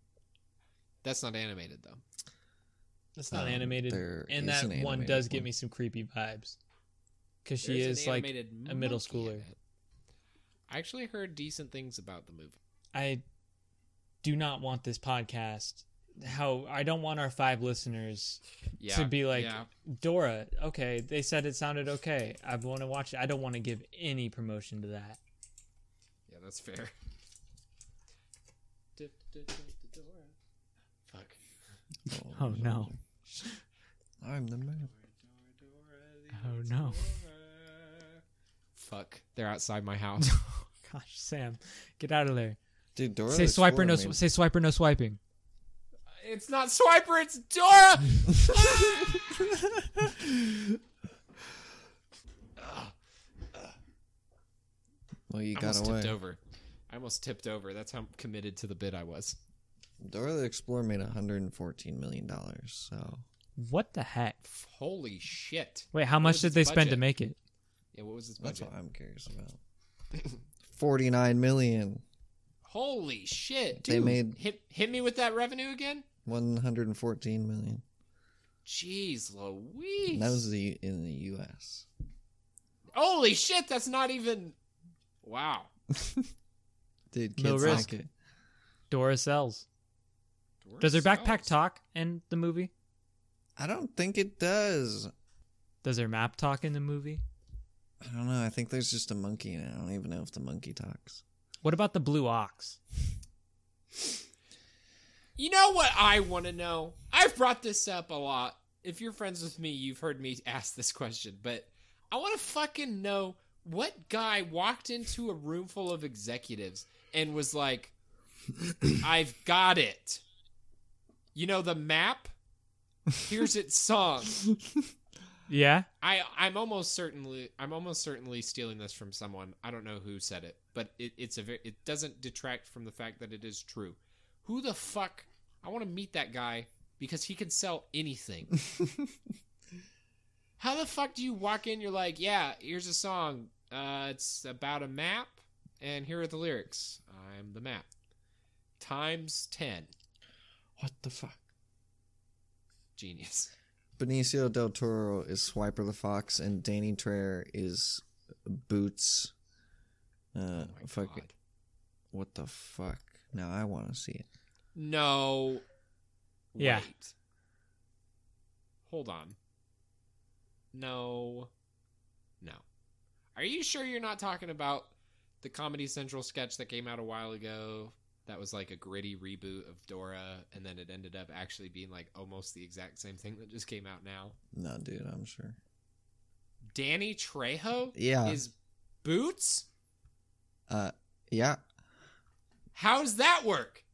Speaker 4: That's not animated though.
Speaker 3: It's not
Speaker 5: Um,
Speaker 3: animated,
Speaker 5: there
Speaker 3: and
Speaker 5: is
Speaker 3: that
Speaker 5: an
Speaker 3: one
Speaker 5: animated
Speaker 3: does give
Speaker 5: one.
Speaker 3: me some creepy vibes because she
Speaker 4: There's
Speaker 3: is
Speaker 4: an
Speaker 3: like
Speaker 4: animated
Speaker 3: a middle
Speaker 4: monkey in
Speaker 3: schooler.
Speaker 4: it. I actually heard decent things about the movie.
Speaker 3: I do not want this podcast. How I don't want our five listeners
Speaker 4: Yeah,
Speaker 3: to be like
Speaker 4: yeah.
Speaker 3: Dora. Okay, they said it sounded okay. I want to watch it. I don't want to give any promotion to that.
Speaker 4: Yeah, that's fair. Fuck.
Speaker 3: Oh no.
Speaker 5: Oh,
Speaker 4: Oh,
Speaker 5: I'm the man.
Speaker 3: no.
Speaker 4: Fuck. They're outside my house.
Speaker 3: Gosh, Sam, get out of there.
Speaker 5: Dude, Dora.
Speaker 3: say
Speaker 5: explored
Speaker 3: swiper, no.
Speaker 5: me.
Speaker 3: Say swiper, no swiping.
Speaker 4: it's not Swiper, it's Dora!
Speaker 5: Well, you
Speaker 4: I
Speaker 5: got
Speaker 4: almost tipped
Speaker 5: away.
Speaker 4: over. I almost tipped over. That's how committed to the bid I was.
Speaker 5: Dora the Explorer made 114 million dollars. So
Speaker 3: What the heck?
Speaker 4: Holy shit.
Speaker 3: Wait, how
Speaker 4: What
Speaker 3: much
Speaker 4: was
Speaker 3: did
Speaker 4: its
Speaker 3: they spend to
Speaker 4: budget?
Speaker 3: make it?
Speaker 4: Yeah, what was his
Speaker 5: that's
Speaker 4: budget?
Speaker 5: what I'm curious about. 49 million.
Speaker 4: Holy shit. Dude,
Speaker 5: They made-
Speaker 4: hit, hit me with that revenue again?
Speaker 5: 114 million.
Speaker 4: Jeez Louise.
Speaker 5: And that was the in the U.S.
Speaker 4: Holy shit, that's not even. Wow.
Speaker 5: Did
Speaker 3: No
Speaker 5: kids
Speaker 3: risk.
Speaker 5: like it?
Speaker 3: Dora sells.
Speaker 4: Dora
Speaker 3: Does her backpack
Speaker 4: sells.
Speaker 3: talk in the movie?
Speaker 5: I don't think it does.
Speaker 3: Does her map talk in the movie?
Speaker 5: I don't know. I think there's just a monkey, and I don't even know if the monkey talks.
Speaker 3: What about the blue ox?
Speaker 4: You know what I want to know? I've brought this up a lot. If you're friends with me, you've heard me ask this question, but I want to fucking know what guy walked into a room full of executives and was like, I've got it. You know, the map? Here's its song.
Speaker 3: Yeah.
Speaker 4: I I'm almost certainly I'm almost certainly stealing this from someone. I don't know who said it, but it, it's a very, it doesn't detract from the fact that it is true. Who the fuck? I want to meet that guy because he can sell anything. How the fuck do you walk in? You're like, yeah, here's a song. Uh, it's about a map, and here are the lyrics. I'm the map. Times ten.
Speaker 5: What the fuck?
Speaker 4: Genius.
Speaker 5: Benicio del Toro is Swiper the Fox, and Danny Treyer is Boots. Uh,
Speaker 4: Oh my
Speaker 5: fuck.
Speaker 4: God.
Speaker 5: What the fuck? Now I want to see it.
Speaker 4: No.
Speaker 3: Yeah.
Speaker 4: Wait. Hold on. No. No. Are you sure you're not talking about the Comedy Central sketch that came out a while ago? That was like a gritty reboot of Dora, and then it ended up actually being like almost the exact same thing that just came out now.
Speaker 5: No, dude, I'm sure.
Speaker 4: Danny Trejo
Speaker 5: Yeah.
Speaker 4: is Boots?
Speaker 5: uh, yeah.
Speaker 4: How's that work?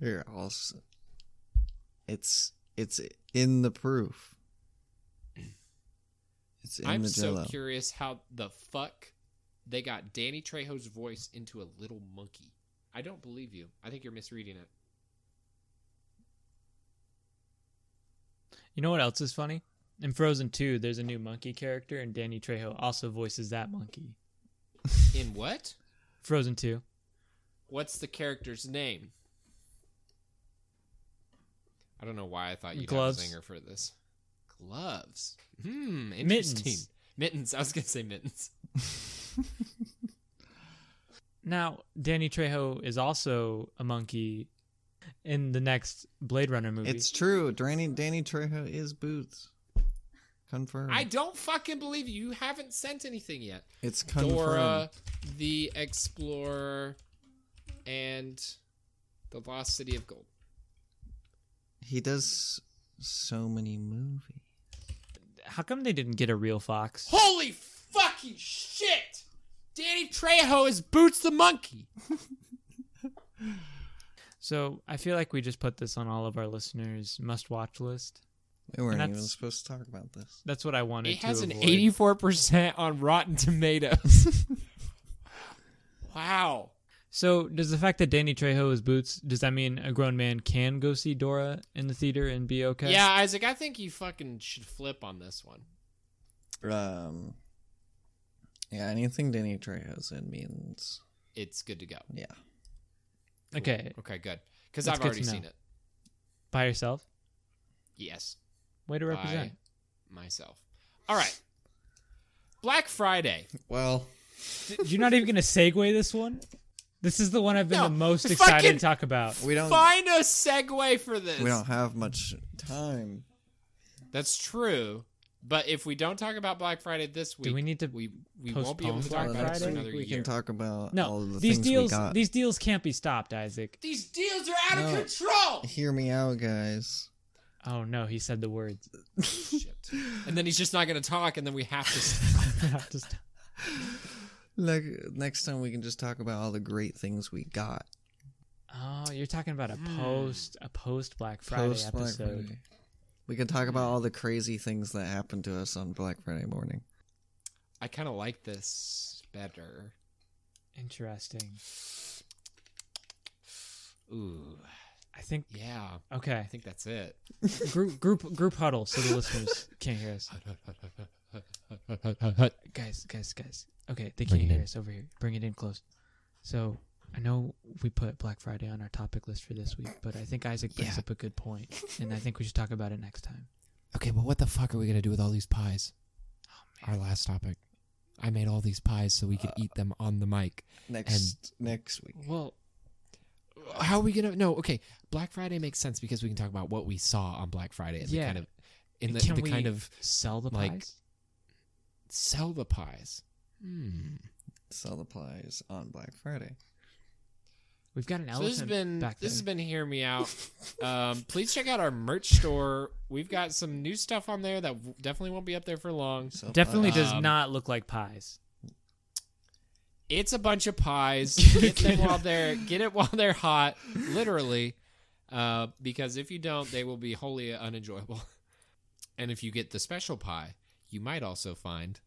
Speaker 5: Here, I'll. s- It's it's in the proof. It's in
Speaker 4: I'm
Speaker 5: the
Speaker 4: so
Speaker 5: jello.
Speaker 4: curious how the fuck they got Danny Trejo's voice into a little monkey. I don't believe you. I think you're misreading it.
Speaker 3: You know what else is funny? In Frozen 2, there's a new monkey character, and Danny Trejo also voices that monkey.
Speaker 4: In what?
Speaker 3: Frozen 2.
Speaker 4: What's the character's name? I don't know why I thought you'd
Speaker 3: Gloves.
Speaker 4: have a zinger for this. Gloves. Hmm. Interesting.
Speaker 3: Mittens.
Speaker 4: Mittens. I was gonna say mittens.
Speaker 3: Now, Danny Trejo is also a monkey in the next Blade Runner movie.
Speaker 5: It's true. Danny Danny Trejo is Boots. Confirmed.
Speaker 4: I don't fucking believe you. You haven't sent anything yet.
Speaker 5: it's confirmed.
Speaker 4: Dora, the Explorer, and the Lost City of Gold.
Speaker 5: He does so many movies.
Speaker 3: How come they didn't get a real fox?
Speaker 4: Holy fucking shit! Danny Trejo is Boots the Monkey.
Speaker 3: So I feel like we just put this on all of our listeners' must-watch list.
Speaker 5: We weren't
Speaker 3: that's-
Speaker 5: even supposed to talk about this.
Speaker 3: That's what I wanted.
Speaker 4: It has
Speaker 3: to
Speaker 4: an
Speaker 3: avoid.
Speaker 4: eighty-four percent on Rotten Tomatoes. wow.
Speaker 3: So does the fact that Danny Trejo is Boots does that mean a grown man can go see Dora in the theater and be okay?
Speaker 4: Yeah, Isaac, I think you fucking should flip on this one.
Speaker 5: Um, yeah, anything Danny Trejo's in means,
Speaker 4: It's good to go.
Speaker 5: yeah.
Speaker 4: Cool.
Speaker 3: Okay.
Speaker 4: Okay, good. Because
Speaker 3: That's
Speaker 4: I've
Speaker 3: good to
Speaker 4: already
Speaker 3: know.
Speaker 4: seen it.
Speaker 3: By yourself.
Speaker 4: Yes.
Speaker 3: Way to represent.
Speaker 4: By myself. All right. Black Friday.
Speaker 5: Well,
Speaker 3: You're not even gonna segue this one. This is the one I've been
Speaker 4: No,
Speaker 3: the most excited
Speaker 4: fucking-
Speaker 3: to talk about.
Speaker 5: we don't
Speaker 4: Find a segue for this.
Speaker 5: we don't have much time.
Speaker 4: That's true. But if we don't talk about Black Friday this week,
Speaker 3: Do we need to
Speaker 4: we we won't be able
Speaker 3: postpone
Speaker 4: to talk
Speaker 5: Uh,
Speaker 3: Black
Speaker 4: about it
Speaker 5: next
Speaker 4: for
Speaker 3: Friday?
Speaker 4: another
Speaker 5: week we
Speaker 4: year.
Speaker 5: can talk about all
Speaker 3: No,
Speaker 5: the
Speaker 3: these
Speaker 5: things
Speaker 3: deals
Speaker 5: we got.
Speaker 3: these deals can't be stopped, Isaac.
Speaker 4: These deals are out
Speaker 5: No.
Speaker 4: of control.
Speaker 5: Hear me out, guys.
Speaker 3: Oh no, he said the words.
Speaker 4: Shit. And then he's just not going to talk, and then we have to. Stop.
Speaker 3: Just-
Speaker 5: Like next time we can just talk about all the great things we got.
Speaker 3: oh, you're talking about a post a post Black Friday
Speaker 5: post Black
Speaker 3: episode.
Speaker 5: Friday. We can talk about all the crazy things that happened to us on Black Friday morning.
Speaker 4: I kind of like this better.
Speaker 3: Interesting.
Speaker 4: Ooh,
Speaker 3: I think
Speaker 4: yeah. I
Speaker 3: okay.
Speaker 4: think that's it.
Speaker 3: Group group group huddle so the listeners can't hear us.
Speaker 4: Uh,
Speaker 3: guys, guys, guys. Okay, they can't
Speaker 7: Bring it
Speaker 3: hear
Speaker 7: in.
Speaker 3: us over here. Bring it in close. So I know we put Black Friday on our topic list for this week, but I think Isaac brings
Speaker 7: Yeah.
Speaker 3: up a good point, and I think we should talk about it next time.
Speaker 7: Okay, but what the fuck are we gonna do with all these pies?
Speaker 4: Oh,
Speaker 7: Our last topic. I made all these pies so we
Speaker 4: Uh.
Speaker 7: could eat them on the mic.
Speaker 5: Next next week.
Speaker 3: Well,
Speaker 7: How are we gonna? No, okay. Black Friday makes sense because we can talk about what we saw on Black Friday and
Speaker 3: Yeah.
Speaker 7: the kind of, in the,
Speaker 3: Can
Speaker 7: the
Speaker 3: we-
Speaker 7: kind of
Speaker 3: sell the
Speaker 7: Like-
Speaker 3: pies.
Speaker 7: sell the pies. Hmm.
Speaker 5: Sell the pies on Black Friday.
Speaker 3: We've got an
Speaker 4: So this has
Speaker 3: elephant
Speaker 4: been
Speaker 3: back
Speaker 4: this has
Speaker 3: there.
Speaker 4: been hear me out. Um, please check out our merch store. We've got some new stuff on there that w- definitely won't be up there for long.
Speaker 5: Sell
Speaker 6: Definitely
Speaker 5: pies.
Speaker 6: does
Speaker 4: Um,
Speaker 6: not look like pies.
Speaker 4: It's a bunch of pies. Get them while they're get it while they're hot, literally, uh, because if you don't, they will be wholly unenjoyable. And if you get the special pie, you might also find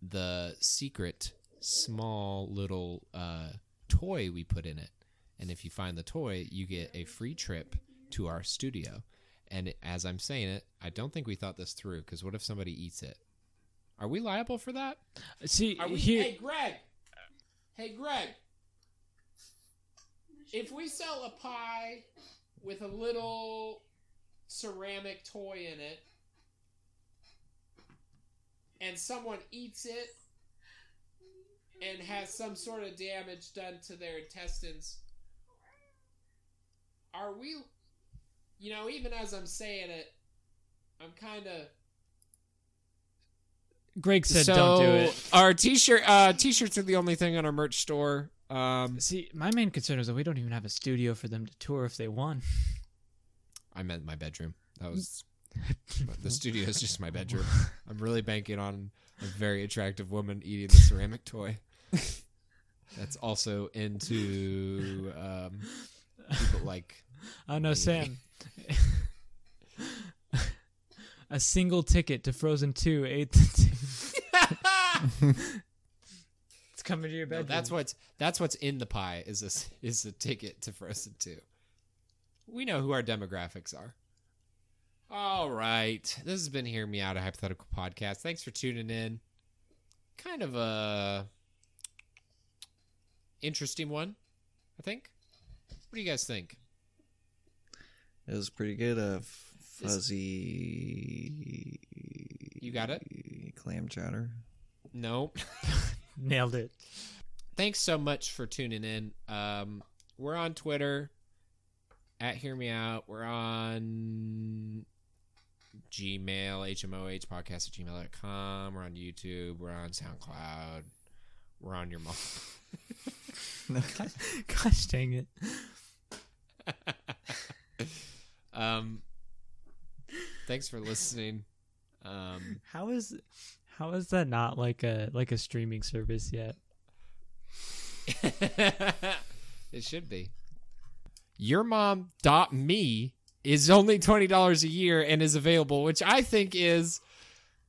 Speaker 4: the secret small little uh, toy we put in it. And if you find the toy, you get a free trip to our studio. And as I'm saying it, I don't think we thought this through because what if somebody eats it? Are we liable for that?
Speaker 3: See
Speaker 4: Are we,
Speaker 3: here,
Speaker 4: Hey, Greg. Hey, Greg. If we sell a pie with a little ceramic toy in it, and someone eats it and has some sort of damage done to their intestines, are we, you know, even as I'm saying it, I'm kind of.
Speaker 3: Greg said
Speaker 4: so
Speaker 3: don't do it.
Speaker 4: our t-shirt uh t-shirts are the only thing on our merch store um
Speaker 3: See, my main concern is that we don't even have a studio for them to tour if they won.
Speaker 4: i meant my bedroom that was the studio is just my bedroom i'm really banking on a very attractive woman eating the ceramic toy that's also into um people like
Speaker 3: Oh no, Sam. a single ticket to Frozen Two ate the it's coming to your
Speaker 4: No,
Speaker 3: bedroom.
Speaker 4: that's what's that's what's in the pie is this is a ticket to Frozen Two. We know who our demographics are. All right, this has been Hear Me Out, a hypothetical podcast. Thanks for tuning in. Kind of a interesting one, I think. What do you guys think?
Speaker 5: It was pretty good. A fuzzy
Speaker 4: You got it?
Speaker 5: clam chowder.
Speaker 4: No.
Speaker 6: Nailed it.
Speaker 4: thanks so much for tuning in. Um, we're on Twitter at Hear Me Out. We're on Gmail, HMOH podcast at gmail.com. We're on YouTube. We're on SoundCloud. We're on your mom.
Speaker 6: Gosh dang it.
Speaker 4: um, thanks for listening. Um,
Speaker 6: How is how is that not like a like a streaming service yet?
Speaker 4: it should be. Your mom dot me is only twenty dollars a year and is available, which I think is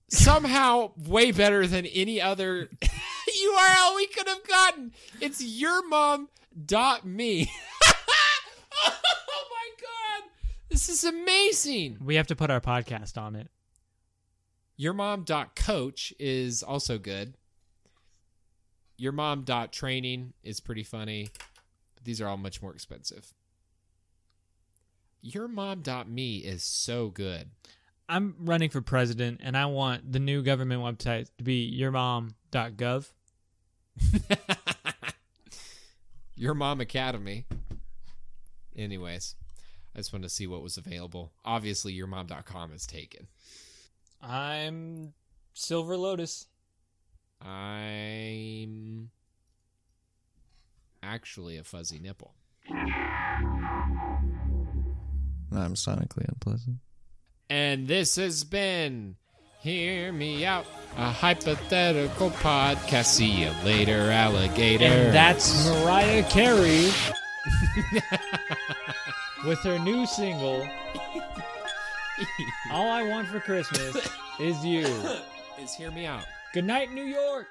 Speaker 4: somehow way better than any other URL we could have gotten. It's your mom dot me. oh my god. This is amazing.
Speaker 6: We have to put our podcast on it.
Speaker 4: Your mom dot coach is also good. Your mom dot training is pretty funny. But these are all much more expensive. Your mom dot me is so good.
Speaker 6: I'm running for president and I want the new government website to be yourmom.gov.
Speaker 4: Your mom academy. Anyways, I just wanted to see what was available. Obviously, your mom.com is taken.
Speaker 6: I'm Silver Lotus.
Speaker 4: I'm actually a fuzzy nipple.
Speaker 5: I'm sonically unpleasant.
Speaker 4: And this has been Hear Me Out, a hypothetical podcast. See you later, alligator.
Speaker 3: And that's Mariah Carey with her new single, All I Want for Christmas Is You.
Speaker 4: is Hear Me Out.
Speaker 3: Good night, New York.